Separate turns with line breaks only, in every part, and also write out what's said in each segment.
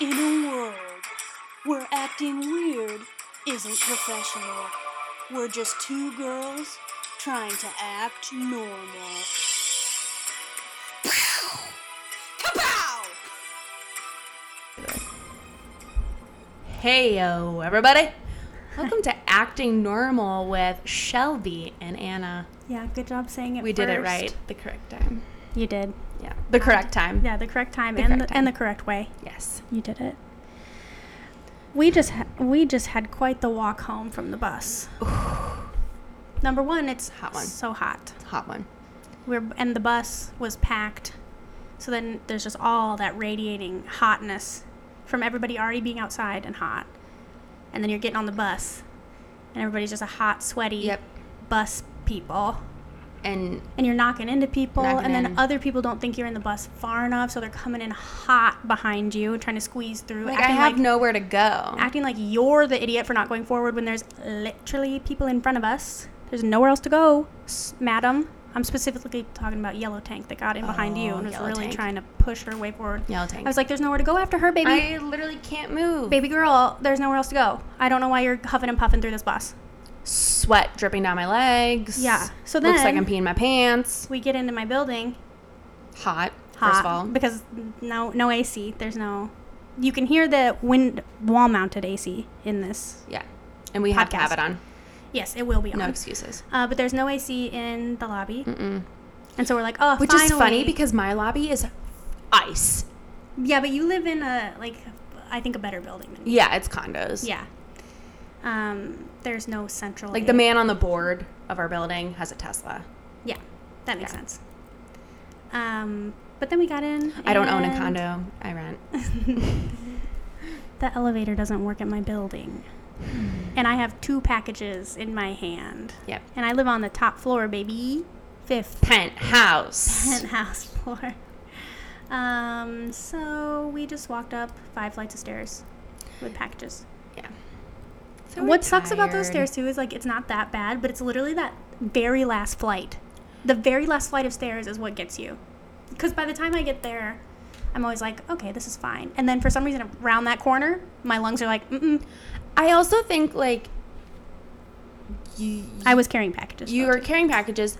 In a world where acting weird isn't professional, we're just two girls trying to act normal. Pow! Kapow!
Heyo, everybody! Welcome to Acting Normal with Shelby and Anna.
Yeah, good job saying it.
We did it
first.
right the correct time.
You did.
Yeah, the correct time.
Yeah, the correct time
The
and
correct
the, and the correct way.
Yes.
You did it. We just ha- we just had quite the walk home from the bus. Number one, it's
Hot one.
so hot.
Hot one.
We're and the bus was packed, so then there's just all that radiating hotness from everybody already being outside and hot, and then you're getting on the bus, and everybody's just a hot, sweaty
Yep.
bus people.
And
and you're knocking into people
Knocking
and then
in.
other people don't think you're in the bus far enough so they're coming in hot behind you trying to squeeze through
like, I
acting,
have
like,
nowhere to go.
acting like you're the idiot for not going forward when there's literally people in front of us there's nowhere else to go s- madam i'm specifically talking about yellow tank that got in behind you
Oh,
and was
Yellow
really
Tank.
trying to push her way forward
Yellow tank.
i was like there's nowhere to go after her baby
I literally can't move.
baby girl there's nowhere else to go i don't know why you're huffing and puffing through this bus
Sweat dripping down my legs.
Yeah, so
looks like
then-
I'm peeing my pants.
we get into my building
Hot.
hot
First of all,
because no no AC. There's no. You can hear the wind wall mounted AC in this.
yeah, and we have to
Podcast.
have it on.
Yes, it will be on.
No excuses.
uh, but there's no AC in the lobby. And so we're like, oh,
Which
finally.
is funny because my lobby is ice.
yeah, but you live in a like, I think a better building than
Yeah, it's condos.
yeah. Um, there's no central
Like the
air.
man on the board of our building has a Tesla.
Yeah, that makes
Yeah.
sense. Um, but then we got in.
I don't own a
and
condo. I rent.
The elevator doesn't work at my building,
Hmm.
and I have two packages in my hand.
Yep.
And I live on the top floor, baby. Fifth
Penthouse.
penthouse floor. Um, so we just walked up five flights of stairs with packages.
yeah.
what sucks about those stairs too is like it's not that bad, but it's literally that very last flight. The very last flight of stairs is what gets you. Because by the time I get there, I'm always like, okay, this is fine. And then for some reason, around that corner, my lungs are like, mm-mm.
I also think like you
I was carrying packages.
you
though,
are
too.
carrying packages.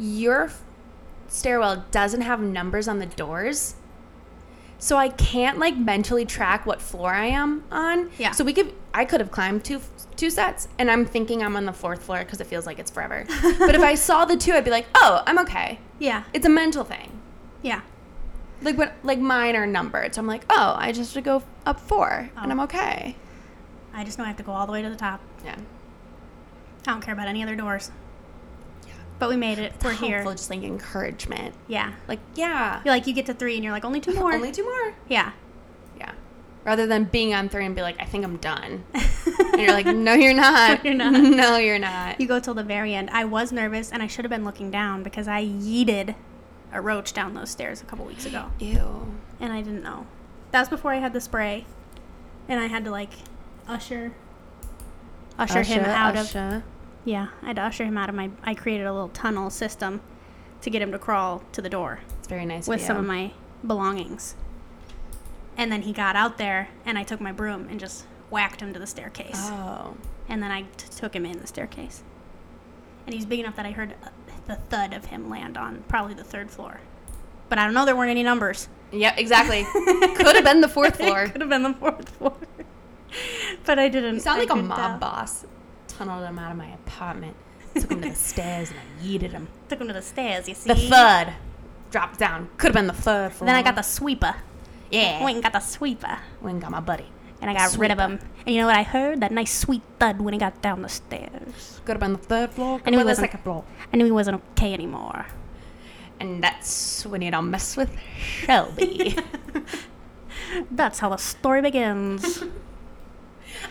Your f- stairwell doesn't have numbers on the doors. So I can't like mentally track what floor I am on.
Yeah.
So we could I could have climbed two two sets and I'm thinking I'm on the fourth floor cuz it feels like it's forever. but if I saw the two I'd be like, "Oh, I'm okay."
Yeah,
It's a mental thing.
yeah.
Like when like mine are numbered. So I'm like, "Oh, I just should go up 4 and
Oh.
I'm okay."
I just know I have to go all the way to the top.
Yeah.
I don't care about any other doors.
Yeah.
But we made it. We're here.
Helpful, just like encouragement.
Yeah.
Like, yeah.
You're like, you get to three and you're like, only two more.
Only two more.
yeah.
Yeah. Rather than being on three and be like, I think I'm done. And you're like, no, you're not.
You're not.
No, you're not.
you go till the very end. I was nervous and I should have been looking down because I yeeted a roach down those stairs a couple weeks ago
Ew.
and I didn't know. That was before I had the spray and I had to like usher usher, him out of yeah, I had to usher him out of my I created a little tunnel system to get him to crawl to the door
It's very nice
with
of
some
you.
of my belongings. And then he got out there, and I took my broom and just whacked him to the staircase.
Oh.
And then I t- took him in the staircase. And he's big enough that I heard uh, the thud of him land on probably the third floor. But I don't know, there weren't any numbers.
Yeah, exactly. Could have been the fourth floor.
Could have been the fourth floor. but I didn't.
You sound
I
like a
couldn't uh,
mob
tell.
boss. Tunneled him out of my apartment. Took him to the stairs and I yeeted him.
Took him to the stairs, you see.
The thud. Dropped down. Could have been the thud floor.
Then I got the sweeper.
Yeah.
Went and got the sweeper.
Went and got my buddy.
And I got rid of him. And you know what I heard? That nice sweet thud when he got down the stairs.
Could have been the third floor. Could
And he
have been the
wasn't-
second floor.
I knew he wasn't okay anymore.
And that's when you don't mess with Shelby.
That's how the story begins.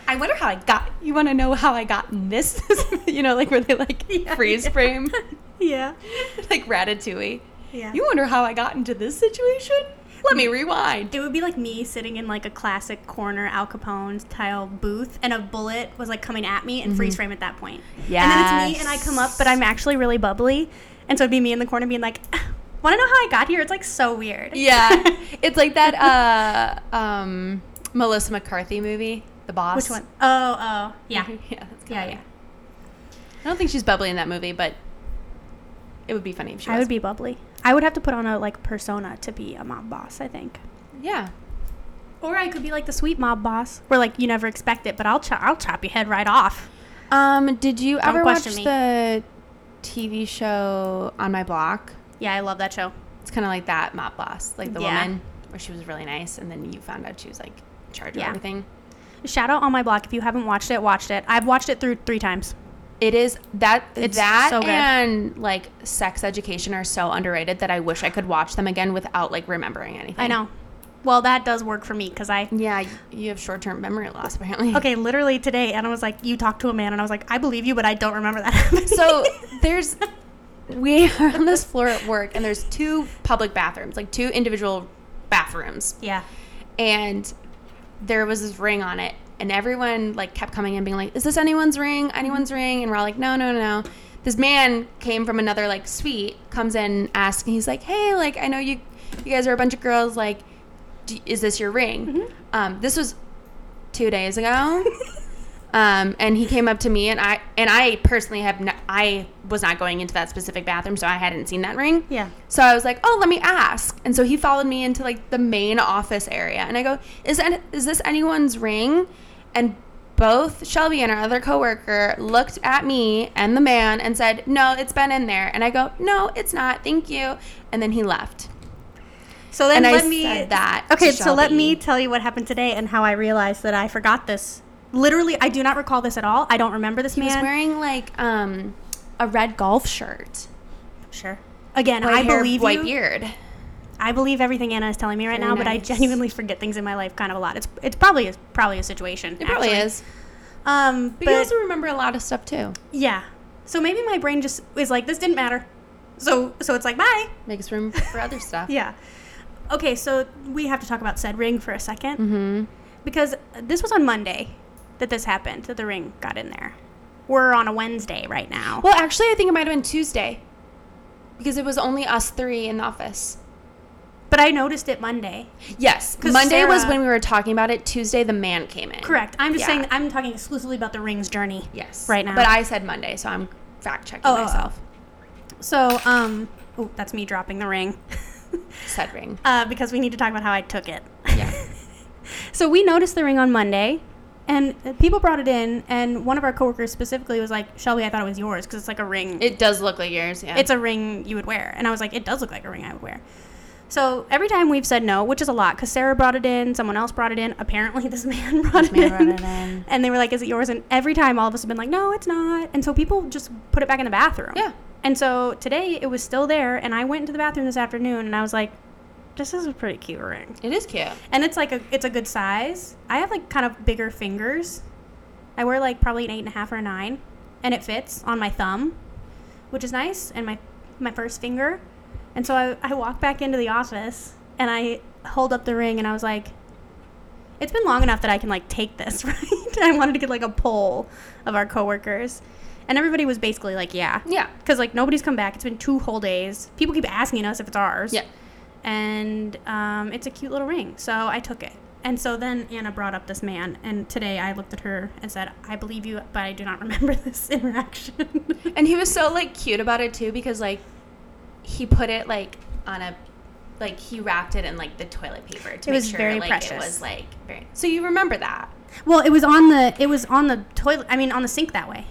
I wonder how I got. You want to know how I got in this? you know, like where they like freeze frame,
yeah.
like Ratatouille.
Yeah.
You wonder how I got into this situation? Let me rewind.
It would be like me sitting in like a classic corner Al Capone style booth, and a bullet was like coming at me and freeze frame at that point. And then it's me, and I come up, but I'm actually really bubbly, and so it'd be me in the corner being like, "Ah, "Want to know how I got here?" It's like so weird.
Yeah, it's like that. Uh, um, Melissa McCarthy movie, The Boss.
Which one? Oh, oh, yeah,
yeah, that's kinda
yeah,
it.
yeah.
I don't think she's bubbly in that movie, but it would be funny if she was.
I would be bubbly. I would have to put on a like persona to be a mob boss. I think.
Yeah.
Or I could be like the sweet mob boss, where like you never expect it, but I'll chop I'll chop your head right off.
Um, did you ever watch
question me.
the TV show On My Block?
Yeah, I love that show.
It's kind of like that mop boss, like the
Yeah.
woman where she was really nice, and then you found out she was like in charge of
Yeah.
everything.
Shout out on my block if you haven't watched it, watched it. I've watched it through three times.
It is that
It's
that
so good.
and like sex education are so underrated that I wish I could watch them again without like remembering anything.
I know. Well, that does work for me because I
Yeah, y- you have short term memory loss apparently.
okay literally today Anna was like, you talked to a man, and I was like, I believe you, but I don't remember that. happening."
So there's we are on this floor at work and there's two public bathrooms, like two individual bathrooms.
yeah,
and there was this ring on it and everyone like kept coming in being like is this anyone's ring anyone's ring and we're all like no no no no." this man came from another like suite comes in asking he's like hey like i know you you guys are a bunch of girls like do, is this your ring um, this was two days ago um, and he came up to me and i and i personally have not, i was not going into that specific bathroom so i hadn't seen that ring
yeah.
so I was like, "Oh, let me ask." And so he followed me into like the main office area, and I go, "Is that, is this anyone's ring?" And both Shelby and our other coworker looked at me and the man and said, "No, it's been in there." And I go, "No, it's not. Thank you." And then he left.
So then
And I
let me
said that to
Okay, so let me
Shelby.
tell you what happened today and how I realized that I forgot this. Literally, I do not recall this at all. I don't remember this
He was
man.
wearing like um, a red golf shirt,
sure. Again,
white
I
hair,
believe
white
you.
beard.
I believe everything Anna is telling me right
Very
now, but I
nice.
genuinely forget things in my life kind of a lot. It's it's probably is probably a situation.
It probably
actually.
is.
Um,
But,
but
you also remember a lot of stuff too.
yeah. So maybe my brain just is like this didn't matter. So so it's like bye.
Makes room for other stuff.
Yeah. Okay, so we have to talk about said ring for a 2nd
Mm-hmm.
because this was on Monday that this happened that the ring got in there. We're on a Wednesday right now.
Well, actually, I think it might have been Tuesday because it was only us three in the office.
But I noticed it Monday.
Yes,
'Cause
Monday was
Sarah-
when we were talking about it. Tuesday, the man came in.
Correct. I'm just
Yeah.
saying I'm talking exclusively about the ring's journey.
Yes.
Right now.
But I said Monday, so I'm fact checking
Oh, oh, oh.
myself.
So, um, oh, that's me dropping the ring.
Said ring.
uh, because we need to talk about how I took it.
Yeah.
So we noticed the ring on Monday, and uh, people brought it in, and one of our coworkers specifically was like, "Shelby, I thought it was yours because it's like a ring.
It does look like yours. Yeah.
it's a ring you would wear." And I was like, "It does look like a ring I would wear." So every time we've said no, which is a lot, because Sarah brought it in, someone else brought it in, apparently this man brought, it,
man
in,
brought it in.
and they were like, "Is it yours?" And every time, all of us have been like, "No, it's not," and so people just put it back in the bathroom.
Yeah.
And so today it was still there, and I went into the bathroom this afternoon, and I was like, "This is a pretty cute ring."
it is cute.
and it's like a it's a good size. I have like kind of bigger fingers. I wear like probably an eight and a half or a nine, and it fits on my thumb, which is nice, and my my first finger. And so I, I walk back into the office and I hold up the ring and I was like, it's been long enough that I can like take this, right? I wanted to get like a poll of our coworkers, and everybody was basically like, yeah,
Yeah.
because like nobody's come back. It's been two whole days. People keep asking us if it's ours.
Yeah.
And um, it's a cute little ring, so I took it. And so then Anna brought up this man, and today I looked at her and said, "I believe you, but I do not remember this interaction."
And he was so like cute about it too because like he put it like on a like he wrapped it in like the toilet paper to
It
make
was
sure
very
like it
precious.
was like very, so you remember that.
well, it was on the it was on the toilet. I mean, on the sink that way.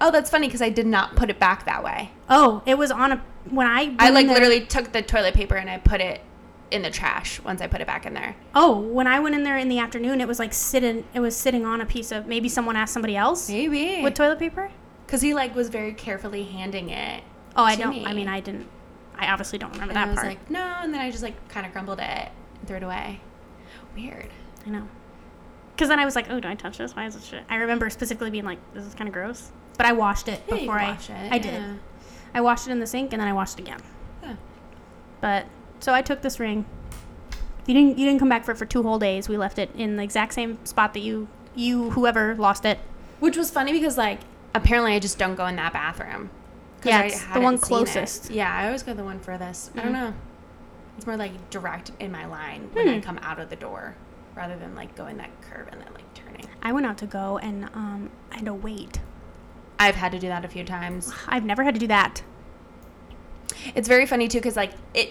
Oh, that's funny because I did not put it back that way.
Oh, it was on a when I went
I
in
like
there-
literally took the toilet paper and I put it in the trash once I put it back in there.
Oh, when I went in there in the afternoon, it was like sitting. It was sitting on a piece of maybe someone asked somebody else
Maybe.
with toilet paper.
Because he like was very carefully handing it.
Oh, I
to
don't.
me.
I mean, I didn't. I obviously don't remember
And I
that
was
part.
like, no, and then I just like kind of grumbled it and threw it away. Weird.
I know. Because then I was like, oh, do I touch this? Why is it shit? I remember specifically being like, this is kind of gross. But I washed it
Yeah, you
before
can
I.
wash it,
I did.
yeah.
I washed it in the sink and then I washed it again.
Yeah.
But so I took this ring. You didn't. You didn't come back for it for two whole days. We left it in the exact same spot that you. You whoever lost it.
Which was funny because like apparently I just don't go in that bathroom. 'Cause
Yeah,
I
it's the
hadn't
one
seen it.
closest.
Yeah, I always go the Mm. Hmm. one furthest. I don't know. It's more like direct in my line when I come out of the door. rather than like going that curve and then like turning.
I went out to go and um, I had to wait.
I've had to do that a few times.
I've never had to do that.
It's very funny too because like it,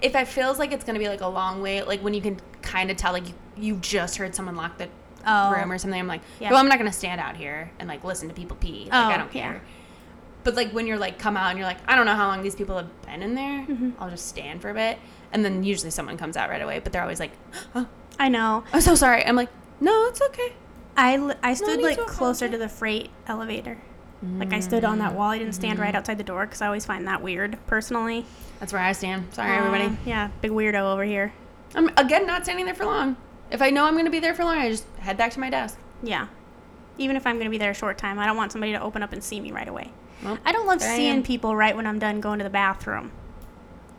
if it feels like it's gonna be like a long wait, like when you can kind of tell like you, you just heard someone lock the
Oh.
room or something, I'm like,
Yeah.
well, I'm not gonna stand out here and like listen to people pee. Like, I
Oh,
don't
yeah.
care. But like when you're like come out and you're like, I don't know how long these people have been in there.
Mm-hmm.
I'll just stand for a bit, and then usually someone comes out right away. But they're always like, oh,
I know.
I'm so sorry. I'm like, no, it's okay.
I, l- I stood
need
like
to
closer
apologize.
to the freight elevator. Like I stood
Mm.
on that wall. I didn't stand right outside the door because I always find that weird personally.
That's where I stand. Sorry, everybody.
Um, yeah, big weirdo over here.
I'm again not standing there for long. If I know I'm going to be there for long, I just head back to my desk.
Yeah. Even if I'm going to be there a short time, I don't want somebody to open up and see me right away.
Well,
I don't love
there I
seeing
am.
people right when I'm done going to the bathroom.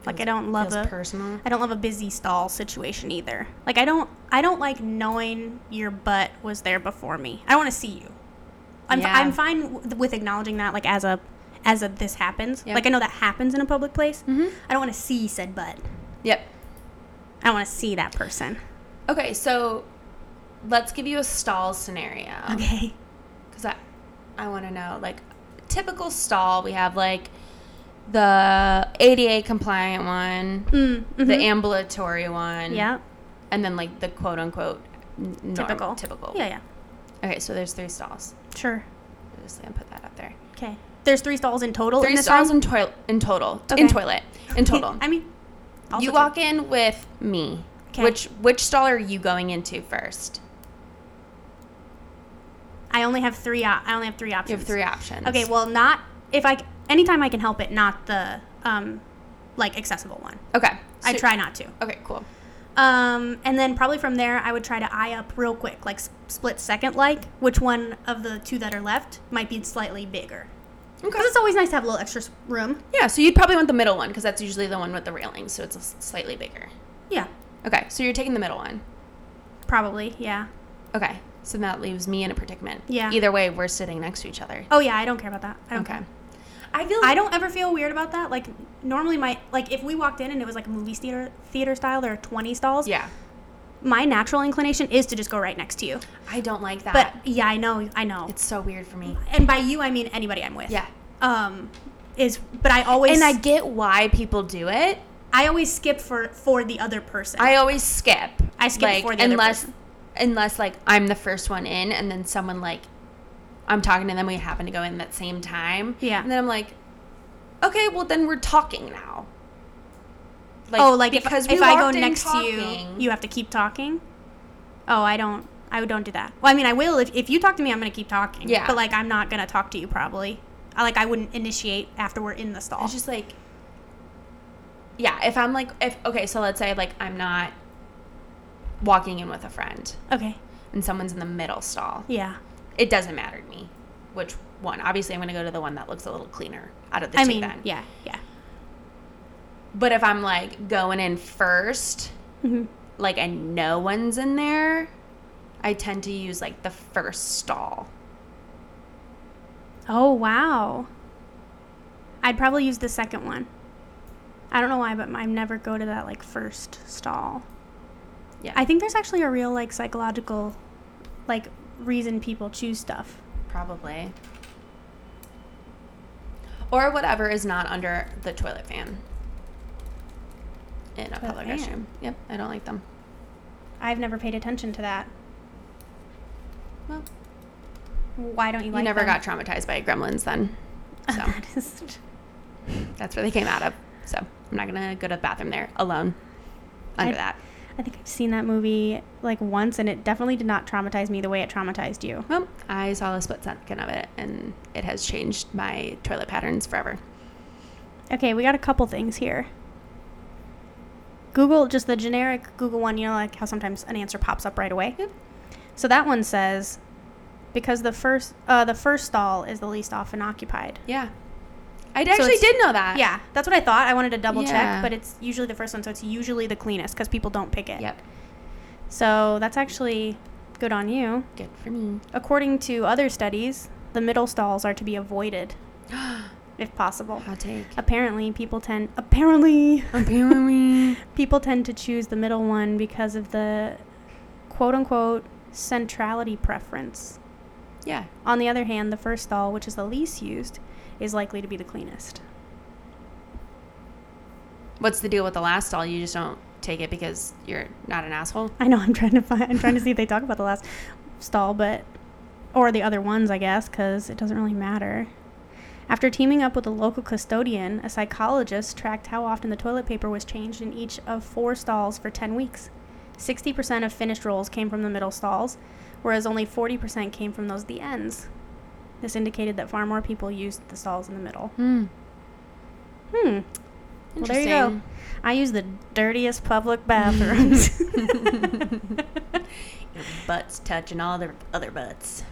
like I
Feels-
don't love
feels
a
personal.
I don't love a busy stall situation either. Like I don't I don't like knowing your butt was there before me. I don't want to see you. I'm
Yeah.
I'm fine w- with acknowledging that like as a as a this happens.
Yeah.
Like I know that happens in a public place.
Mhm.
I don't want to see said butt.
Yep.
I don't want to see that person.
Okay, so let's give you a stall scenario
Okay.
because I I want to know like typical stall. We have like the ADA compliant one,
Mm,
the
mhm.
ambulatory one,
yeah.
and then like the quote unquote n- norm-
Typical.
typical.
Yeah, yeah.
Okay, so there's three stalls.
Sure.
I'm just gonna put that up there.
Okay. There's three stalls Oh, in total.
Three
in this
stalls
room?
in toilet in total
Okay.
in toilet in total.
I mean, also
you
two.
walk in with me.
'Kay.
Which which stall are you going into first?
I only have three. Op- I only have three options.
You have three options.
Okay. Well, not if I c- anytime I can help it, not the um, like accessible one.
okay.
I
So-
try not to.
Okay, cool.
Um, and then probably from there, I would try to eye up real quick, like s- split second, like which one of the two that are left might be slightly bigger.
Okay.
Because it's always nice to have a little extra s- room.
Yeah, so you'd probably want the middle one because that's usually the one with the railings, so it's a s- slightly bigger.
Yeah.
Okay, so you're taking the middle one.
Probably. Yeah.
Okay, so that leaves me in a predicament.
Yeah.
Either way, we're sitting next to each other.
Oh yeah. I don't care about that. I don't
okay.
care.
I feel
I don't ever feel weird about that. Like normally, my like if we walked in and it was like a movie theater theater style, there are twenty stalls.
Yeah,
my natural inclination is to just go right next to you.
I don't like that.
But yeah, I know, I know.
it's so weird for me.
and by you, I mean anybody I'm with.
Yeah.
Um, is but I always
And I get why people do it.
I always skip for for the other person.
I always skip.
I skip
like,
before the other
unless,
person.
unless like I'm the first one in, and then someone like I'm talking to them. We happen to go in that same time.
Yeah.
And then I'm like, okay, well then we're talking now. Like,
oh, like because if, if I go
walked in
next to
talking-
you, you have to keep talking. Oh, I don't. I don't do that. Well, I mean, I will if, if you talk to me, I'm gonna keep talking.
Yeah.
But like, I'm not gonna talk to you probably. I like I wouldn't initiate after we're in the stall.
It's just like, yeah. If I'm like, if okay, so let's say like I'm not walking in with a friend,
okay.
and someone's in the middle stall.
Yeah.
It doesn't matter to me which one. Obviously, I'm gonna go to the one that looks a little cleaner out of the
I
two.
mean,
then.
yeah, yeah.
But if I'm like going in 1st
Mhm.
like and no one's in there, I tend to use like the first stall.
Oh, wow. I'd probably use the second one. I don't know why, but I never go to that like first stall.
Yeah.
I think there's actually a real like psychological like reason people choose stuff.
Probably. Or whatever is not under the toilet fan in a
Toilet
public
fan.
restroom. Yep, I don't like them.
I've never paid attention to that.
Well,
Why don't you
you
like
never
them?
got traumatized by gremlins then. So
that is
that's where they came out of. So I'm not going to go to the bathroom there alone under
I-
that.
I think I've seen that movie like once and it definitely did not traumatize me the way it traumatized you.
Well, I saw a split second of it, and it has changed my toilet patterns forever.
Okay, we got a couple things here. Google, just the generic Google one, you know, like how sometimes an answer pops up right away.
Yep.
So that one says, because the first uh, the first stall is the least often occupied.
Yeah, I
So
actually
it's-
did know that.
Yeah, that's what I thought. I wanted to double
Yeah.
check, but it's usually the first one, so it's usually the cleanest because people don't pick it.
Yep.
So that's actually good on you.
Good for me.
According to other studies, the middle stalls are to be avoided if possible.
Hot take.
Apparently, people tend apparently
Apparently.
people tend to choose the middle one because of the quote unquote centrality preference.
Yeah.
On the other hand, the first stall, which is the least used, is likely to be the cleanest.
What's the deal with the last stall? You just don't take it because you're not an asshole.
I know I'm trying to find. I'm trying to see if they talk about the last stall, but or the other ones, I guess, because it doesn't really matter. After teaming up with a local custodian, a psychologist tracked how often the toilet paper was changed in each of four stalls for 10 weeks. 60% of finished rolls came from the middle stalls, whereas only 40% came from those at the ends. This indicated that far more people used the stalls in the middle.
Hmm.
Hmm. Well, there you go. I use the dirtiest public bathrooms.
Your butts touching all the other butts.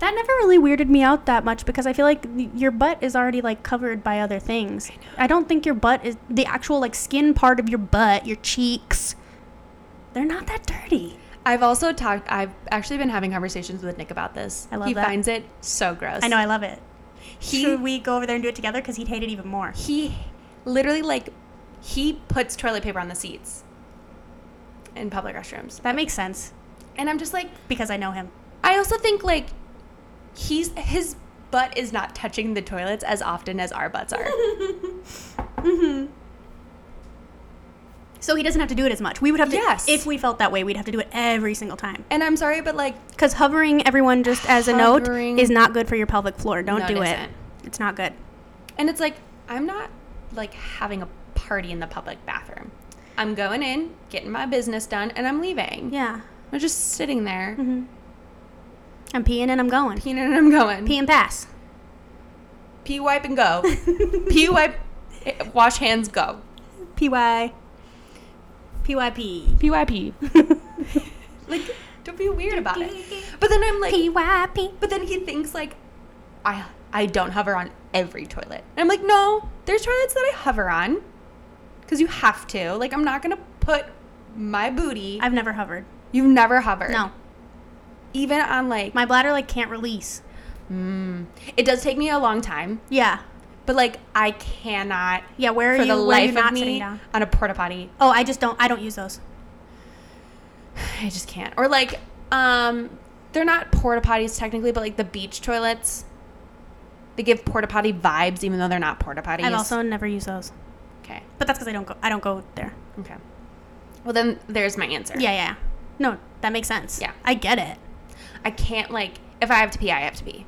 That never really weirded me out that much because I feel like y- your butt is already like covered by other things. I, don't think your butt is the actual like skin part of your butt, your cheeks. They're not that dirty.
I've also talked. I've actually been having conversations with Nick about this.
I love
he
that.
finds it so gross.
I know, I love it.
He-
Should we go over there and do it together? Because he'd hate it even more.
he literally like he puts toilet paper on the seats in public restrooms,
That makes sense
and I'm just like,
because I know him.
I also think like he's his butt is not touching the toilets as often as our butts are.
So he doesn't have to do it as much. We would have to,
Yes.
if we felt that way, we'd have to do it every single time.
and I'm sorry, but like
Because hovering, everyone, just as a
Hovering-
note, is not good for your pelvic floor. Don't
No, it
do it.
isn't.
It's not good.
And it's like, I'm not like having a party in the public bathroom. I'm going in, getting my business done, and I'm leaving.
Yeah.
I'm just sitting there,
Mm-hmm. I'm peeing and I'm going.
peeing and I'm going.
Pee and pass.
Pee, wipe, and go. Pee, wipe, eh, wash hands, go.
PY. PYP.
PYP. like, don't be weird about it. But then I'm like,
PYP.
but then he thinks like, I I don't hover on every toilet. And I'm like, no, there's toilets that I hover on, because you have to. Like, I'm not gonna put my booty.
I've never hovered.
You've never hovered.
No.
Even on like
My bladder like can't release.
mm, it does take me a long time,
Yeah.
but like I cannot
Yeah, where are
for
you
the
where are you
life
not
of
sitting
me
down?
on a porta potty.
Oh, I just don't I don't use those.
I just can't. Or like um they're not porta potties technically, but like the beach toilets. They give porta potty vibes even though they're not porta potties.
I've also never used those.
Okay.
But that's because I don't go I don't go there.
Okay. Well then there's my answer.
Yeah, yeah. No, that makes sense.
Yeah.
I get it.
I can't like if I have to pee, I have to pee.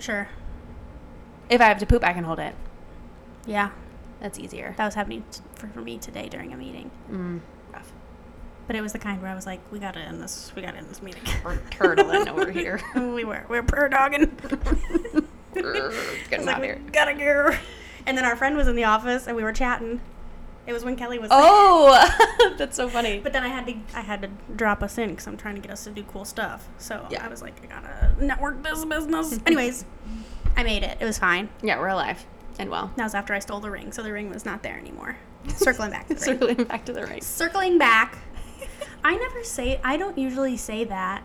Sure.
If I have to poop, I can hold it.
Yeah.
That's easier.
That was happening t- for, for me today during a meeting.
Mm, rough.
But it was the kind where I was like, we gotta end this we gotta end this meeting.
We're turtling over here.
we were we were purr dogging.
It's getting
It's
hot
like,
here.
"We gotta go. And then our friend was in the office, and we were chatting. It was when Kelly was.
Oh, that's so funny.
But then I had to, I had to drop us in because I'm trying to get us to do cool stuff. So
Yeah.
I was like, I gotta network this business. Anyways, I made it. It was fine.
yeah, we're alive and well.
That was after I stole the ring, so the ring was not there anymore. Circling back. To the ring.
Circling back to the right.
Circling back. I never say. I don't usually say that,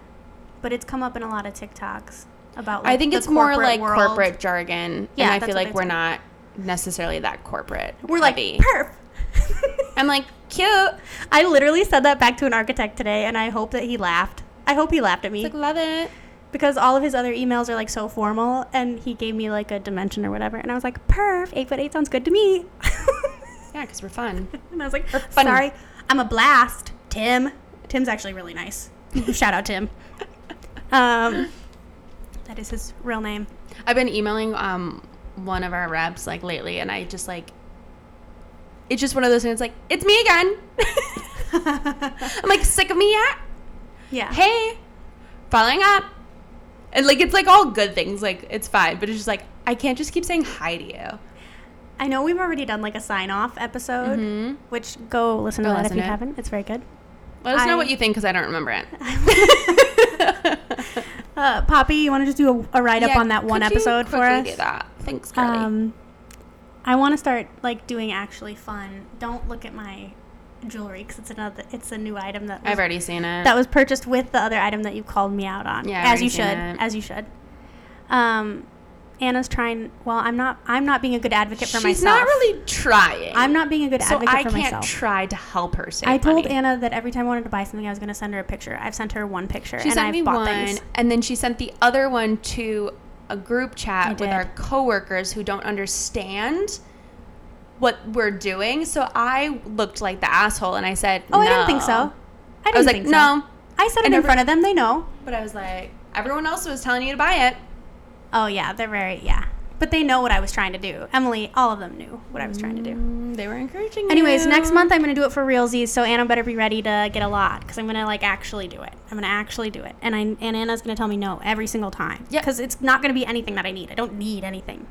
but it's come up in a lot of TikToks about. Like,
I think
the
it's more
corporate
like
world.
corporate jargon,
Yeah,
and I
that's
feel
what
like
I
we're
took.
not necessarily that corporate.
We're like
heavy.
perf.
I'm like cute.
I literally said that back to an architect today, and I hope that he laughed. I hope he laughed at me
Like love it.
because all of his other emails are like so formal, and he gave me like a dimension or whatever, and I was like, "Perf, eight foot eight sounds good to me."
Yeah, because we're fun.
and I was like,
funny.
"Sorry, I'm a blast, Tim." Tim's actually really nice. Shout out Tim. Um, that is his real name.
I've been emailing um one of our reps like lately, and I just like it's just one of those things. Like it's me again. I'm like sick of me yet.
Yeah.
hey, following up. And like it's like all good things, like it's fine, but it's just like I can't just keep saying hi to you.
I know we've already done like a sign off episode,
Mhm.
which go listen to
Go
that
listen
if you
to it.
haven't. It's very good.
Let us know
I-
what you think because I don't remember it.
Uh, Poppy, you want to just do a, a write up
Yeah,
on that one
could you
episode for
quickly Do
us?
that. Thanks, Carly.
Um, I want to start like doing actually fun. Don't look at my jewelry because it's another. It's a new item that was,
I've already seen it.
that was purchased with the other item that you called me out on.
Yeah, I've
as you
already
should,
seen it.
as you should. Um, Anna's trying. Well, I'm not. I'm not being a good advocate for
She's
myself.
not really trying.
I'm not being a good
so
advocate
I
for
can't
myself.
try to help her save
I told
money.
Anna that every time I wanted to buy something, I was going to send her a picture. I've sent her one picture,
She
and
sent
I've
me
bought
one,
things.
and then she sent the other one to a group
I
chat with
did.
our coworkers who don't understand what we're doing. So I looked like the asshole, and I said,
Oh, I didn't think
"No."
so. I, didn't
I was like,
think so.
"No,"
I said it
And
in
every-
front of them. They know.
but I was like, "Everyone else was telling you to buy it."
Oh yeah, they're very yeah. But they know what I was trying to do. Emily, all of them knew what I was trying to do.
Mm, They were encouraging.
Anyways,
you.
next month I'm gonna do it for realsies, so Anna better be ready to get a lot because I'm gonna like actually do it. I'm gonna actually do it, and I and Anna's gonna tell me no every single time.
Yep.
Because it's not gonna be anything that I need. I don't need anything.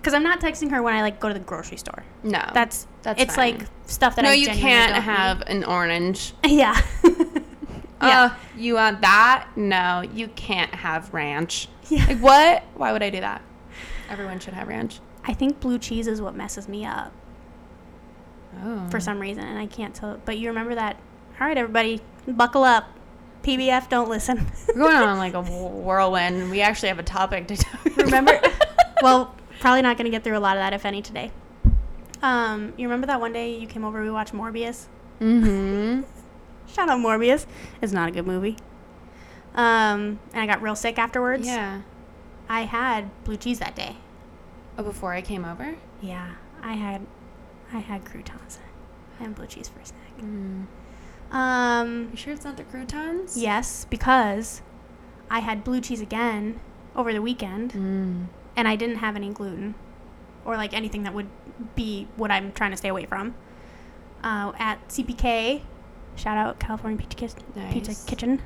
Because I'm not texting her when I like go to the grocery store.
no,
That's
Oh, That's
it's
fine.
like stuff that
no.
I
You
genuinely
can't
don't need.
have an orange.
yeah.
Uh,
Yeah.
you want that? No, you can't have ranch.
Yeah.
Like what? Why would I do that? Everyone should have ranch.
I think blue cheese is what messes me up.
Oh.
for some reason, and I can't tell. But you remember that? All right, everybody, buckle up. PBF, don't listen.
We're going on like a whirlwind. We actually have a topic to talk about.
remember? well, probably not going to get through a lot of that, if any, today. Um, you remember that one day you came over, we watched Morbius?
Mm-hmm.
Shout out Morbius. It's not a good movie. Um, and I got real sick afterwards.
Yeah.
I had blue cheese that day.
Oh, before I came over?
Yeah, I had, I had croutons and blue cheese for a snack.
Mm.
Um,
You sure it's not the croutons?
Yes, because I had blue cheese again over the weekend
Mm.
and I didn't have any gluten or like anything that would be what I'm trying to stay away from. Uh, at CPK, shout out California Pizza, Kis-
Nice.
Pizza Kitchen.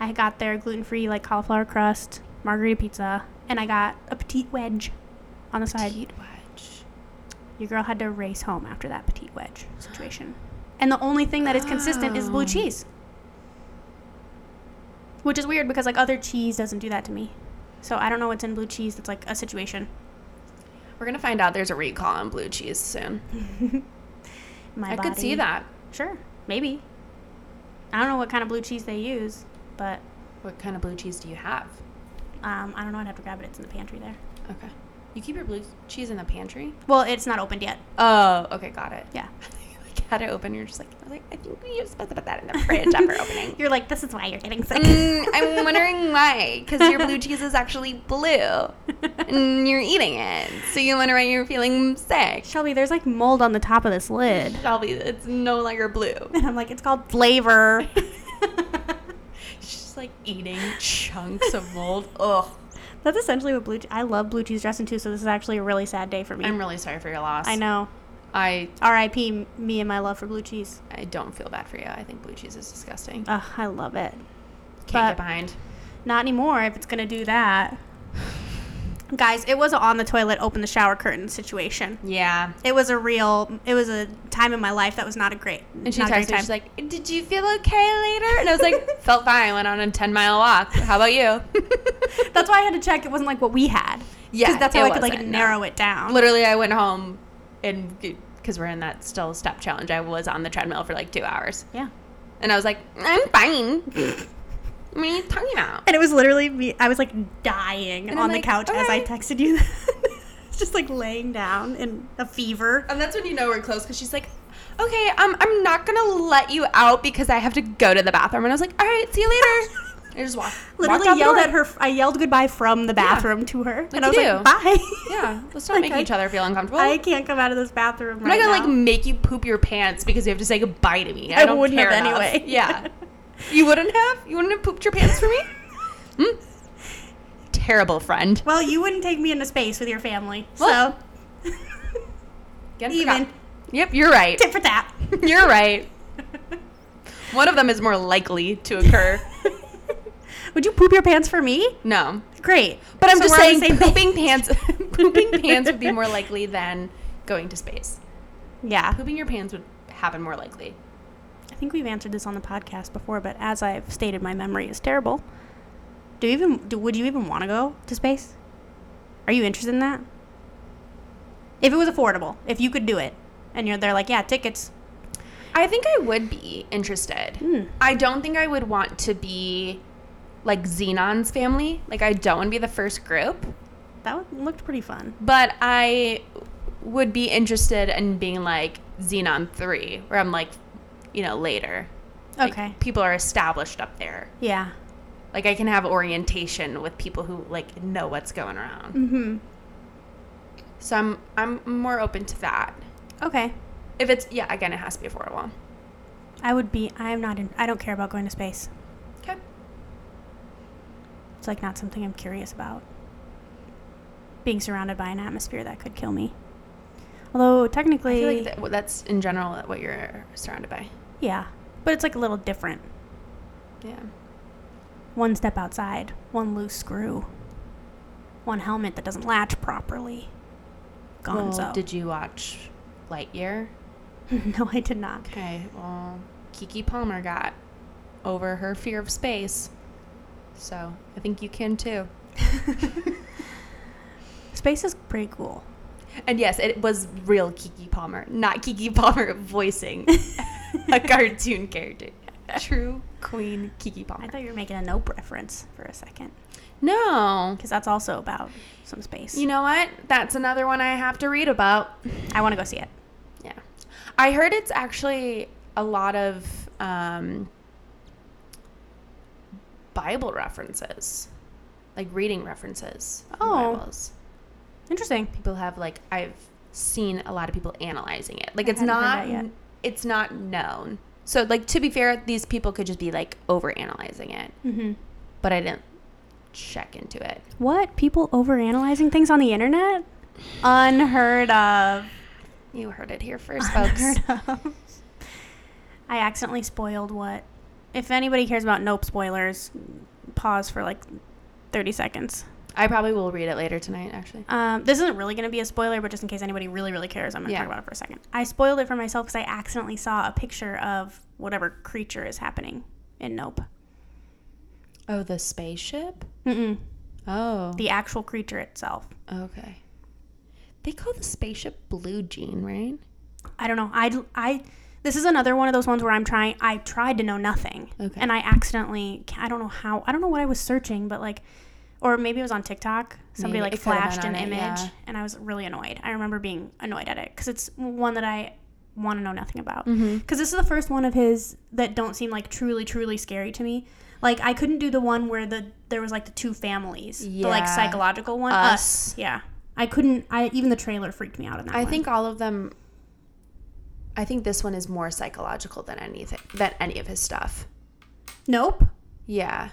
I got their gluten free like cauliflower crust, margarita pizza, and I got a petite wedge on the side.
Petite wedge.
Your girl had to race home after that petite wedge situation. And the only thing that is consistent is blue
Oh.
cheese. Which is weird because like other cheese doesn't do that to me. So I don't know what's in blue cheese that's like a situation.
We're going to find out there's a recall on blue cheese soon.
My
I could see
body-
that.
Sure. Maybe. I don't know what kind of blue cheese they use, but
What kind of blue cheese do you have?
um, I don't know. I'd have to grab it. It's in the pantry there.
Okay. You keep your blue cheese in the pantry?
Well, it's not opened yet.
Oh, okay, got it.
Yeah.
like had it open, you're just like, I was like, I think we are supposed to put that in the fridge after opening.
You're like, this is why you're getting sick.
Mm, I'm wondering why, because your blue cheese is Mm. actually blue, and you're eating it, so you wonder why you're feeling sick.
Shelby, there's like mold on the top of this lid.
Shelby, it's no longer blue.
And I'm like, it's called flavor.
She's like eating chunks of mold. Ugh,
That's essentially what blue. Che- I love blue cheese dressing too, so this is actually a really sad day for me.
I'm really sorry for your loss.
I know.
I
R.I.P. m- Me and my love for blue cheese.
I don't feel bad for you. I think blue cheese is disgusting.
Ugh, I love it.
Can't
but-
get behind.
Not anymore. If it's gonna do that, guys, it was a on the toilet, open the shower curtain situation.
Yeah.
It was a real. It was a time in my life that was not a great.
And she
not a great
texted me.
time.
She's like, "Did you feel okay later?" And I was like, "Felt fine. Went on a ten mile walk. How about you?"
that's why I had to check. It wasn't like what we had. 'Cause
Yeah,
that's how I
it
could like
wasn't, no.
narrow it down.
literally i went home and because we're in that still step challenge i was on the treadmill for like two hours
Yeah.
and i was like i'm fine what are you talking about
And it was literally me. I was like dying
And I'm
on
like,
the couch as I
"Okay."
texted you. Just like laying down in a fever.
and that's when you know we're close because she's like okay um, i'm not gonna let you out because i have to go to the bathroom and i was like all right see you later i just walked walked out
Literally
the
yelled
door.
at her. I yelled goodbye from the bathroom to her, and I was
you do.
like, "Bye."
yeah let's not
Like,
make
I-
each other feel uncomfortable
I
I,
can't come out of this bathroom
am
right
not gonna
now.
like make you poop your pants because you have to say goodbye to me i,
I
don't
wouldn't
care
have
enough.
anyway.
yeah you wouldn't have you wouldn't have pooped your pants for me Hmm? terrible friend
well, you wouldn't take me into space with your family,
Well,
so
Again, forgot.
even
Yep, you're right.
tit for tat.
You're right. One of them is more likely to occur.
Would you poop your pants for me?
No,
Great,
but I'm
So
just
we're
saying
on the same
pooping pants. pooping pants would be more likely than going to space.
Yeah,
Pooping your pants would happen more likely.
I think we've answered this on the podcast before, but as I've stated, my memory is terrible. Do you even do, would you even want to go to space? Are you interested in that? If it was affordable, if you could do it, and you're they're like, yeah, tickets.
I think I would be interested.
Hmm.
I don't think I would want to be like Xenon's family. Like I don't want to be the first group.
That w- looked pretty fun.
But I would be interested in being like Xenon 3, where I'm like, you know, later. Like,
Okay.
people are established up there.
Yeah.
Like I can have orientation with people who like know what's going around.
Mm-hmm.
So I'm I'm more open to that.
Okay.
If it's yeah, again it has to be affordable.
I would be. I am not. In, I don't care about going to space.
Okay.
It's like not something I'm curious about. Being surrounded by an atmosphere that could kill me. Although
I
technically,
feel like that, that's in general what you're surrounded by.
yeah, but it's like a little different.
Yeah.
One step outside, one loose screw, one helmet that doesn't latch properly. Gonzo.
Well, did you watch Lightyear?
no, I did not.
Okay. Well, Kiki Palmer got over her fear of space. So I think you can too.
Space is pretty cool.
And yes, it was real Kiki Palmer, not Kiki Palmer voicing a cartoon character. True Queen Kiki
I
Palmer.
thought you were making a nope reference for a second,
No.
because that's also about some space.
You know what? That's another one I have to read about.
I want to go see it.
Yeah. I heard it's actually a lot of um, Bible references, like reading references. in
Oh.
Bibles.
Interesting.
People have, like, I've seen a lot of people analyzing it. Like,
I
it's
hadn't heard
not,
that yet.
it's not known. So, like, to be fair, these people could just be, like, over analyzing it.
Mm-hmm.
But I didn't check into it.
What? People overanalyzing things on the internet? Unheard of.
You heard it here first, folks.
of. I accidentally spoiled what. If anybody cares about nope spoilers, pause for like 30 seconds.
I probably will read it later tonight, actually.
Um, this isn't really going to be a spoiler, but just in case anybody really, really cares, I'm going to
Yeah.
talk about it for a second. I spoiled it for myself because I accidentally saw a picture of whatever creature is happening in Nope.
Oh, the spaceship?
Mm-mm.
Oh.
The actual creature itself.
Okay. They call the spaceship Blue Jean, right?
I don't know. I, I this is another one of those ones where I'm trying. I tried to know nothing,
Okay.
and I accidentally. I don't know how. I don't know what I was searching, but like, or maybe it was on TikTok. Somebody
Maybe.
like
It could've been
flashed
on
an
it,
image,
yeah.
and I was really annoyed. I remember being annoyed at it because it's one that I want to know nothing about. Because
Mhm.
this is the first one of his that don't seem like truly, truly scary to me. Like I couldn't do the one where the there was like the two families, the like
Yeah.
psychological one.
Us.
Us. yeah. I couldn't. I even the trailer freaked me out in that.
I
one.
think all of them. I think this one is more psychological than anything than any of his stuff.
Nope.
Yeah,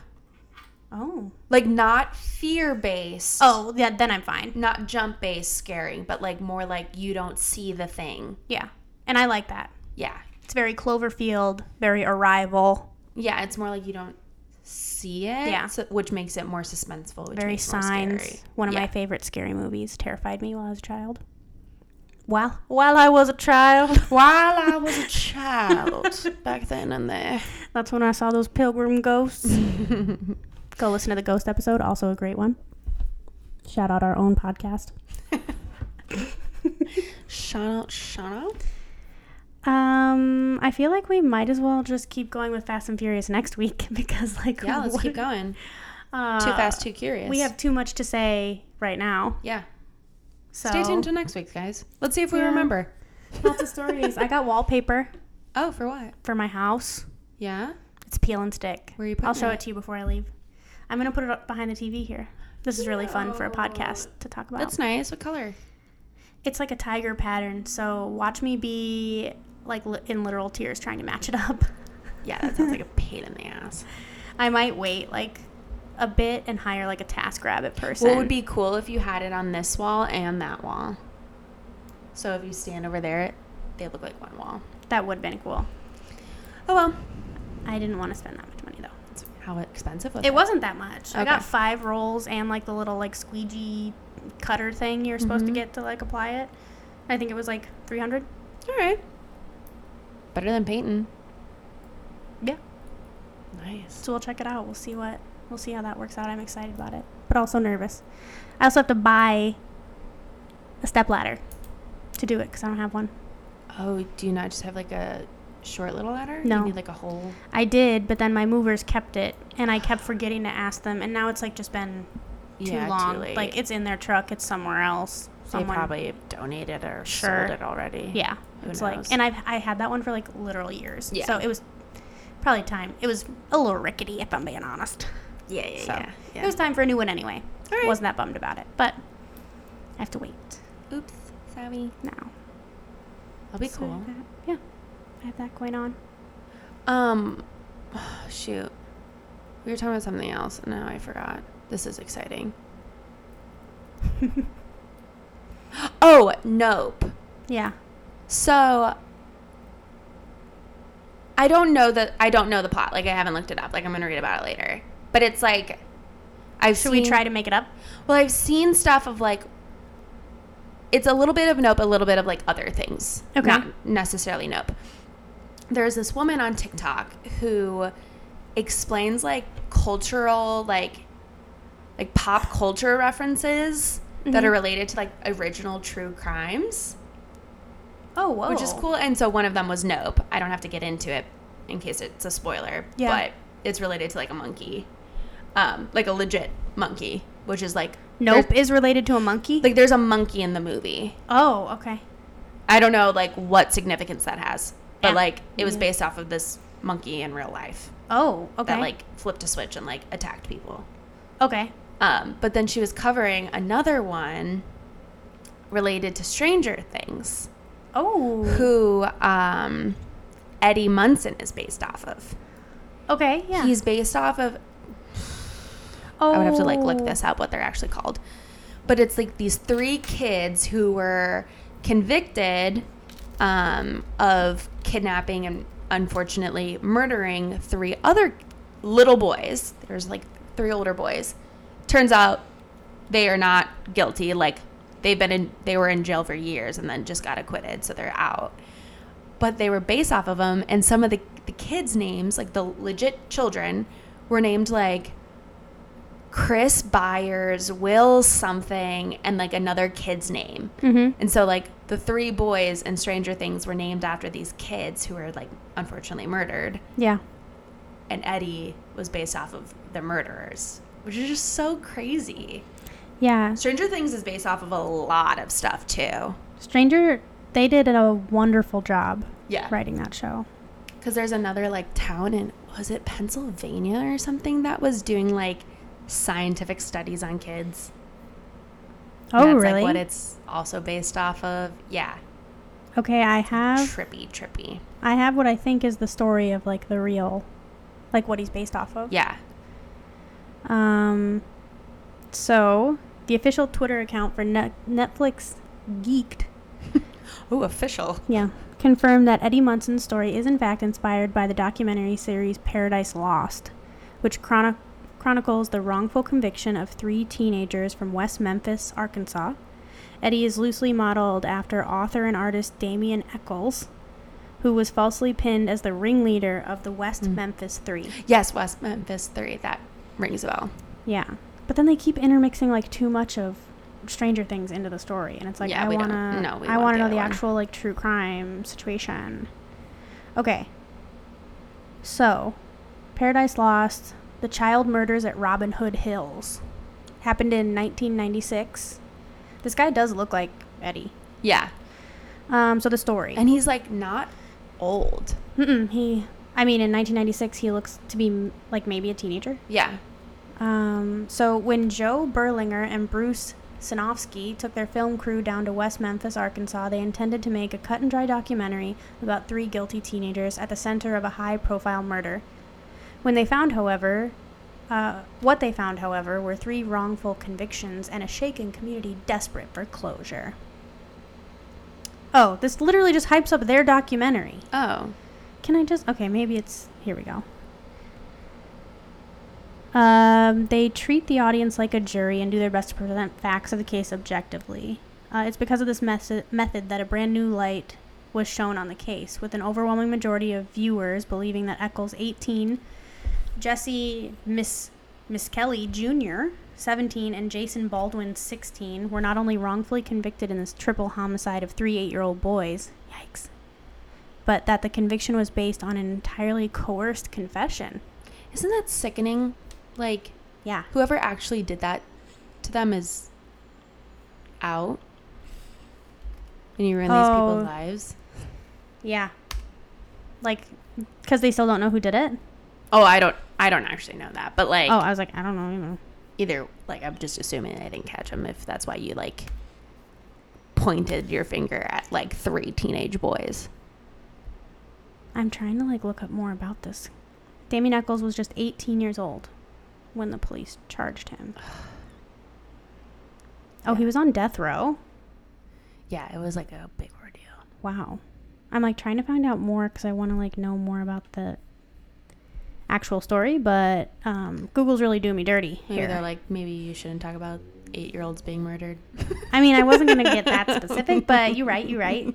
Oh.
like not fear based.
Oh, yeah, then I'm fine.
Not jump based scaring, but like more like you don't see the thing.
Yeah. And I like that.
Yeah.
It's very Cloverfield, very arrival,
Yeah, it's more like you don't see it.
Yeah.
so- which makes it more suspenseful. Which
very
makes it more
signs.
scary.
One of
Yeah.
my favorite scary movies terrified me while I was a child. Well, while I was a child,
While I was a child back then and there.
that's when I saw those pilgrim ghosts. Go listen to the ghost episode, also a great one. Shout out our own podcast.
Shout out, shout out.
Um, I feel like we might as well just keep going with Fast and Furious next week because like
Yeah, let's
what-
keep going.
uh,
Too fast, too curious.
We have too much to say right now.
yeah.
So
Stay tuned to next week, guys. Let's see if we
Yeah.
remember.
lots of stories. I got wallpaper
Oh, for what?
for my house.
Yeah.
It's peel and stick.
Where are you putting
I'll show
it?
it to you before I leave. I'm gonna put it up behind the TV here. This is really fun for a podcast to talk about.
That's nice. What color?
it's like a tiger pattern, so watch me be like li- in literal tears trying to match it up.
Yeah, that sounds like a pain in the ass.
I might wait like a bit and hire like a task rabbit person.
What would be cool if you had it on this wall and that wall? So if you stand over there, they look like one wall.
that would have been cool.
Oh well.
I didn't want to spend that much money though.
That's how expensive was
It wasn't that much. I got
Okay.
five rolls and like the little like squeegee cutter thing you're supposed
Mhm.
to get to like apply it. I think it was like 300.
All right. Better than painting.
Yeah.
Nice.
So we'll check it out. We'll see what we'll see how that works out. I'm excited about it, but also nervous. I also have to buy a step ladder to do it because I don't have one.
Oh, do you not just have like a short little ladder?
No.
You need like a whole.
I did, but then my movers kept it, and I kept forgetting to ask them, and now it's like just been too
Yeah, too
long.
late.
like it's in their truck. It's somewhere else.
They
Someone
probably donated or
Sure.
sold it already.
Yeah,
Who
it's
knows?
like, and I've I had that one for like literal years.
Yeah.
So it was probably time. It was a little rickety, if I'm being honest.
Yeah, yeah,
So
yeah. yeah.
it was time for a new one anyway.
All right.
Wasn't that bummed about it, but I have to wait
Oops, sorry.
now.
That'll be
So
cool.
that- yeah, I have that going on.
Um, shoot, we were talking about something else, and now I forgot. This is exciting. oh, nope.
Yeah.
So I don't know that I don't know the plot. Like I haven't looked it up. Like I'm gonna read about it later. But it's like I've
Should
seen,
we try to make it up?
Well, I've seen stuff of like it's a little bit of nope, a little bit of like other things.
Okay.
Not necessarily nope. There's this woman on TikTok who explains like cultural like like pop culture references that
Mhm.
are related to like original true crimes
Oh, whoa.
which is cool. And so one of them was Nope. I don't have to get into it in case it's a spoiler.
Yeah.
But it's related to like a monkey, um, like a legit monkey, which is like
Nope
there's-
is related to a monkey.
Like there's a monkey in the movie.
oh, okay.
I don't know like what significance that has, but
Yeah. Mm-hmm.
like it was based off of this monkey in real life
Oh, okay.
that like flipped a switch and like attacked people.
okay.
Um, but then she was covering another one related to Stranger Things,
Oh.
who um, Eddie Munson is based off of.
Okay. Yeah.
He's based off of.
Oh.
I would have to like look this up what they're actually called, but it's like these three kids who were convicted um, of kidnapping and unfortunately murdering three other little boys. There's like three older boys. Turns out they are not guilty. Like they've been in, they were in jail for years and then just got acquitted, so they're out. But they were based off of them, and some of the the kids' names, like the legit children, were named like Chris Byers, Will something, and like another kid's name.
Mm-hmm.
And so, like, the three boys in Stranger Things were named after these kids who were, like, unfortunately murdered.
Oh. Yeah.
And Eddie was based off of the murderers, which is just so crazy.
Yeah.
Stranger Things is based off of a lot of stuff, too.
Stranger, they did a wonderful job
Yeah.
writing that show.
Because there's another, like, town in, was it Pennsylvania or something that was doing, like, scientific studies on kids?
Oh,
and that's,
really?
Like, what it's also based off of. Yeah.
okay, I have
Trippy, trippy.
I have what I think is the story of like the real, like what he's based off of.
Yeah.
Um, so the official Twitter account for Net- Netflix Geeked,
Oh, official.
yeah, confirmed that Eddie Munson's story is in fact inspired by the documentary series Paradise Lost, which chrono- chronicles the wrongful conviction of three teenagers from West Memphis, Arkansas. Eddie is loosely modeled after author and artist Damien Eccles, who was falsely pinned as the ringleader of the West Memphis Three.
Yes, West Memphis 3. That rings a bell.
Yeah. But then they keep intermixing like too much of Stranger Things into the story and it's like
Yeah,
I
we don't-
want to
no, we
I
want
want to
the
know
other
the
one.
actual like true crime situation. Okay. So, Paradise Lost, the child murders at Robin Hood Hills happened in 1996. This guy does look like Eddie.
Yeah.
Um so the story.
And he's like not old.
Mm-mm, he I mean in 1996 he looks to be m- like maybe a teenager.
Yeah.
Um, so when Joe Berlinger and Bruce Sanofsky took their film crew down to West Memphis, Arkansas, they intended to make a cut and dry documentary about three guilty teenagers at the center of a high profile murder. When they found, however, uh, what they found, however, were three wrongful convictions and a shaken community desperate for closure. Oh, this literally just hypes up their documentary.
Oh.
Can I just? Okay, maybe it's. Here we go. Um, they treat the audience like a jury and do their best to present facts of the case objectively. Uh, it's because of this mes- method that a brand new light was shown on the case, with an overwhelming majority of viewers believing that Eccles 18, Jesse Miss Miss Kelly Jr. 17 and Jason Baldwin 16 were not only wrongfully convicted in this triple homicide of three eight-year-old boys. Yikes! but that the conviction was based on an entirely coerced confession.
Isn't that sickening? Like,
Yeah.
whoever actually did that to them is out and you ruin these
Oh.
people's lives.
Yeah. Like, because they still don't know who did it.
Oh, I don't I don't actually know that, but like
Oh, I was like, I don't know. You know.
either like I'm just assuming I didn't catch them if that's why you like pointed your finger at like three teenage boys.
I'm trying to like look up more about this. Dammy Knuckles was just 18 years old when the police charged him. Oh, he was on death row.
Yeah, it was like a big ordeal.
Wow. I'm like trying to find out more because I want to like know more about the actual story, but um, Google's really doing me dirty
Maybe
here.
they're like, maybe you shouldn't talk about eight year olds being murdered.
I mean, I wasn't gonna get that specific, but you're right. You're right.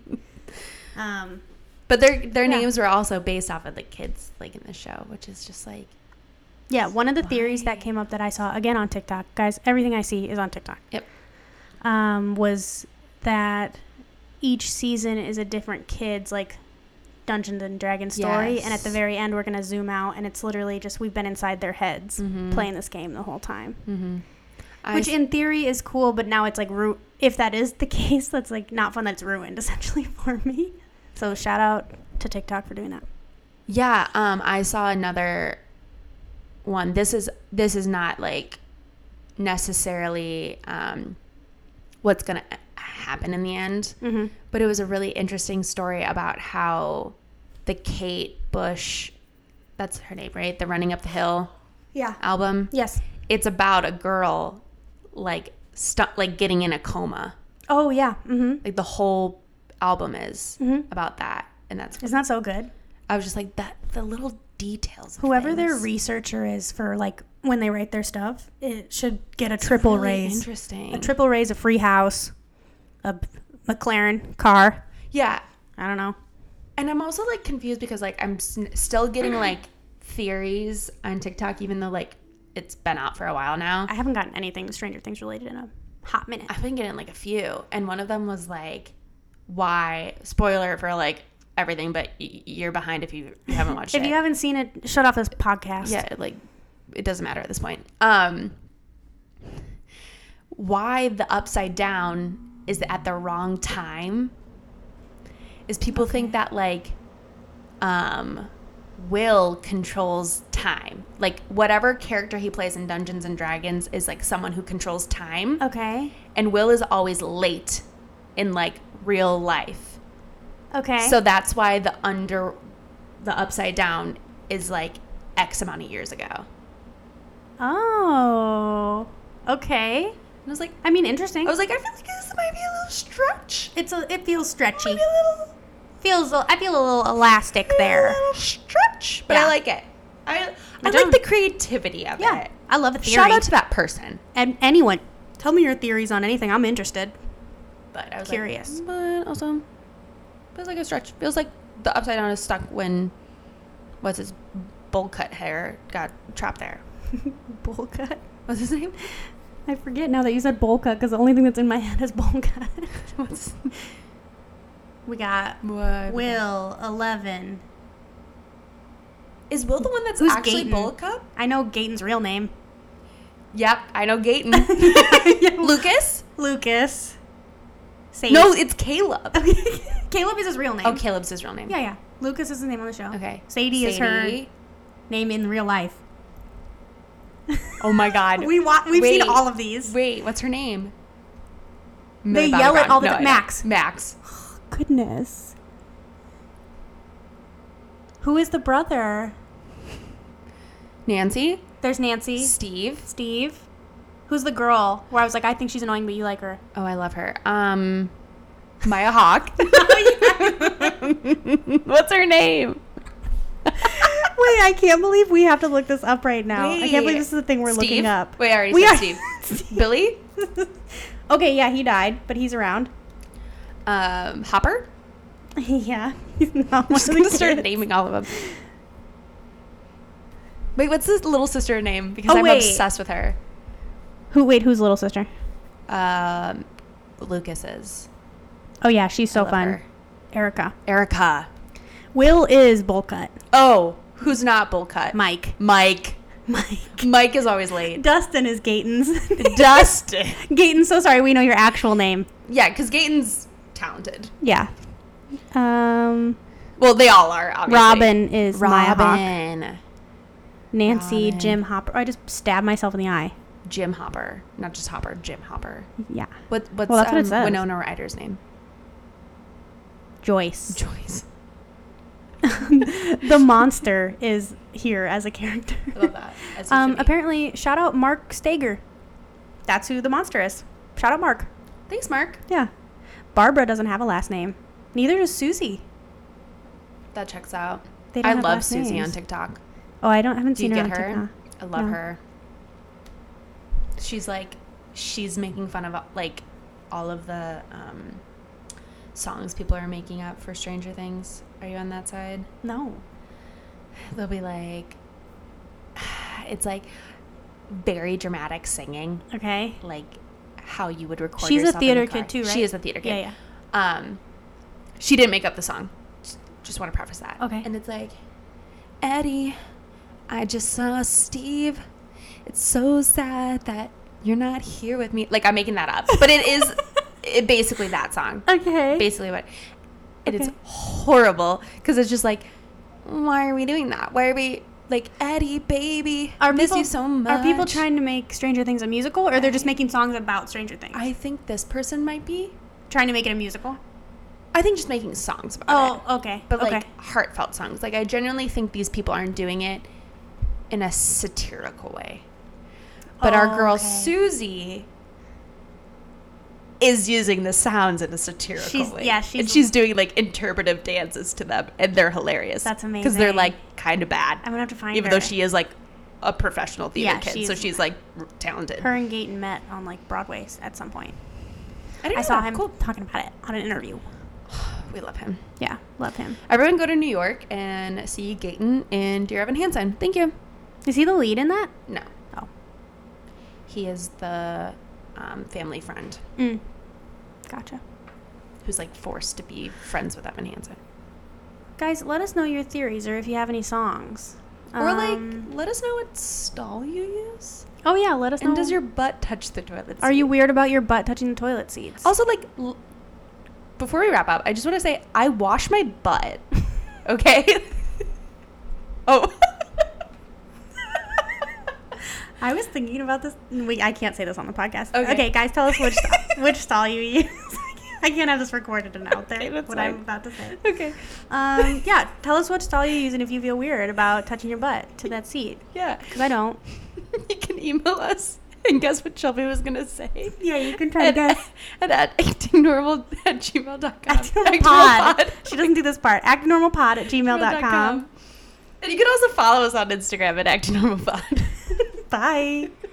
Um,
But their their
Yeah.
names were also based off of the kids like in the show, which is just like
yeah, one of the theories that came up that I saw again on TikTok, guys. Everything I see is on TikTok.
Yep.
Um, was that each season is a different kid's like Dungeons and Dragons story, and at the
Yes.
very end we're gonna zoom out, and it's literally just we've been inside their heads
Mm-hmm.
playing this game the whole time. Which
I,
in theory is cool, but now it's like ru- if that is the case, that's like not fun. That's ruined essentially for me. So shout out to TikTok for doing that.
yeah, um, I saw another one. This is this is not like necessarily um, what's gonna happen in the end, but it was a really interesting story about how the Kate Bush, that's her name, right? The Running Up the Hill
Yeah.
album.
Yes.
It's about a girl like stu- like getting in a coma.
Oh yeah. Mm-hmm.
like the whole album is about that and that's
It's not so good.
i was just like that the little details of
Whoever their
things.
researcher is for like when they write their stuff, it should get a triple
Really
raise.
interesting
A triple raise, a free house, a b- McLaren car.
yeah
I don't know.
and i'm also like confused because like i'm s- still getting like theories on tiktok even though like it's been out for a while now
I haven't gotten anything Stranger Things related in a hot minute.
i've been getting like a few and one of them was like why spoiler for like everything but y- you're behind if you, you haven't watched
If
it
you haven't seen it, shut off this podcast.
yeah like it doesn't matter at this point um why the upside down is at the wrong time is people think that like um will controls time like whatever character he plays in dungeons and dragons is like someone who controls time
Okay.
and will is always late in like real life
Okay.
so that's why the under the upside down is like X amount of years ago. And
Oh. Okay.
I was like
I mean, interesting.
I was like, I feel like this might be a little stretch.
it's a, it feels stretchy.
Maybe a little
Feels a- I feel a little elastic
there.
there.
A little stretch. But
Yeah.
I like it. I I
don't.
like the creativity of
Yeah.
it.
I love a theory.
Shout out to that person.
and anyone. Tell me your theories on anything. I'm interested.
But I was like,
Curious.
but also feels like a stretch. Feels like the upside down is stuck when what's his bowl cut hair got trapped there.
Bowl cut.
What's his name?
I forget now that you said bowl cut because the only thing that's in my head is bowl cut.
What's
we got
what
Will eleven.
Is Will the one that's
Who's
actually
Gaten?
bowl cut?
I know Gaten's real name.
Yep, I know Gaten. Lucas?
Lucas. Sage.
No, it's Caleb.
Caleb is his real name.
Oh, Caleb's his real name.
Yeah, yeah. Lucas is the name on the show.
Okay.
Sadie, is her
Sadie.
name in real life.
Oh my God.
We wa- we've
Wait.
seen all of these.
Wait, what's her name? Millie
They yell
Bobby
it all the
Brown.
time.
No, I don't.
Max.
Max.
Goodness. Who is the brother?
Nancy.
There's Nancy.
Steve.
Steve. Who's the girl? Where I was like, I think she's annoying, but you like her.
Oh, I love her. Um, Maya Hawk. what's her name?
Wait, I can't believe we have to look this up right now. I can't believe
Wait.
this is the thing we're
Steve?
looking up.
Wait, I already
We
said
are-
Steve. Billy.
okay, yeah, he died, but he's around.
Um, Hopper.
yeah, he's not
I'm
one
just
of
gonna
the
start
kids.
naming all of them. Wait, what's this little sister name? Because
Oh,
I'm
wait.
obsessed with her.
Who? Wait, who's little sister?
Um, Lucas's.
Oh yeah, she's so
love
fun.
her.
Erica.
Erica.
Will is bowl cut.
Oh, who's not bowl cut?
Mike.
Mike.
Mike.
Mike is always late.
Dustin is Gaten's.
Dustin.
Gaten, so sorry, we know your actual name.
Yeah, because Gaten's talented.
Yeah. Um,
Well, they all are. Obviously.
Robin is Maya Hawke.
Robin.
Nancy,
Robin.
Jim Hopper. Oh, I just stabbed myself in the eye.
Jim Hopper, not just Hopper. Jim Hopper.
Yeah.
What? What's
Well, that's what it
um,
says.
Winona Ryder's name?
Joyce.
Joyce.
the monster is here as a character.
I love that. As you
Um,
should be.
apparently, shout out Mark Stager. That's who the monster is. Shout out Mark.
Thanks, Mark.
Yeah. Barbara doesn't have a last name. Neither does Susie.
That checks out.
They don't
I
have
love
last
Susie
names.
on TikTok.
Oh, I don't haven't
Do you
seen her
get
on
her?
TikTok.
I love
No.
her. She's like, she's making fun of like all of the um, songs people are making up for Stranger Things. Are you on that side?
No.
They'll be like, it's like very dramatic singing,
Okay.
like how you would record.
She's a
yourself in the
theater
car.
kid too, right?
She is a theater kid.
Yeah, yeah.
Um, she didn't make up the song. Just- Just want to preface that.
Okay.
And it's like, Eddie, I just saw Steve. It's so sad that you're not here with me. Like I'm making that up, but it is it basically that song.
Okay.
Basically what. And it's
Okay.
horrible because it's just like, why are we doing that? Why are we like Eddie, baby?
Are
miss
people
you so much.
Are people trying to make Stranger Things a musical, or they're just making songs about Stranger Things?
I think this person might be.
trying to make it a musical.
I think just making songs about it.
Oh, okay.
but
okay.
like heartfelt songs. Like I genuinely think these people aren't doing it in a satirical way. But our girl
Okay.
Susie is using the sounds in a satirical
She's-
way.
yeah, she's-
and she's doing like interpretive dances to them, and they're hilarious.
That's
because they're
amazing.
like kind of bad.
I'm gonna have to find
even
her.
though she is like a professional theater
Yeah,
kid, so
she's-
she's like r- talented.
her and Gaten met on like Broadway at some point.
I, don't
I saw
know.
him
Cool.
talking about it on an interview.
We love him.
Yeah, love him.
Everyone, go to New York and see Gayton and Dear Evan Hansen. Thank you.
Is he the lead in that?
No,
Oh,
He is the um, family friend
mm. gotcha.
who's like forced to be friends with Evan Hansen.
Guys, let us know your theories or if you have any songs.
Or
Um,
like, let us know what stall you use,
oh yeah, let us know.
and does your butt touch the toilet?
are
seat?
you weird about your butt touching the toilet seats?
also like? L- before we wrap up, I just want to say I wash my butt. Okay. oh.
I was thinking about this. We, I can't say this on the podcast. Okay,
Okay.
guys, tell us which st- which stall you use. I can't have this recorded and out there.
Okay,
what
that's
I'm
fine.
about to say.
okay.
Um, yeah, tell us what stall you use and if you feel weird about touching your butt to that seat.
Yeah.
Because I don't.
you can email us and guess what Shelby was gonna say.
Yeah, you can try to guess.
At, at actingnormal at gmail.com.
Actnormalpod. Pod. She doesn't do this part. Actnormalpod at gmail.com.
And you can also follow us on Instagram at actingnormalpod.
Bye.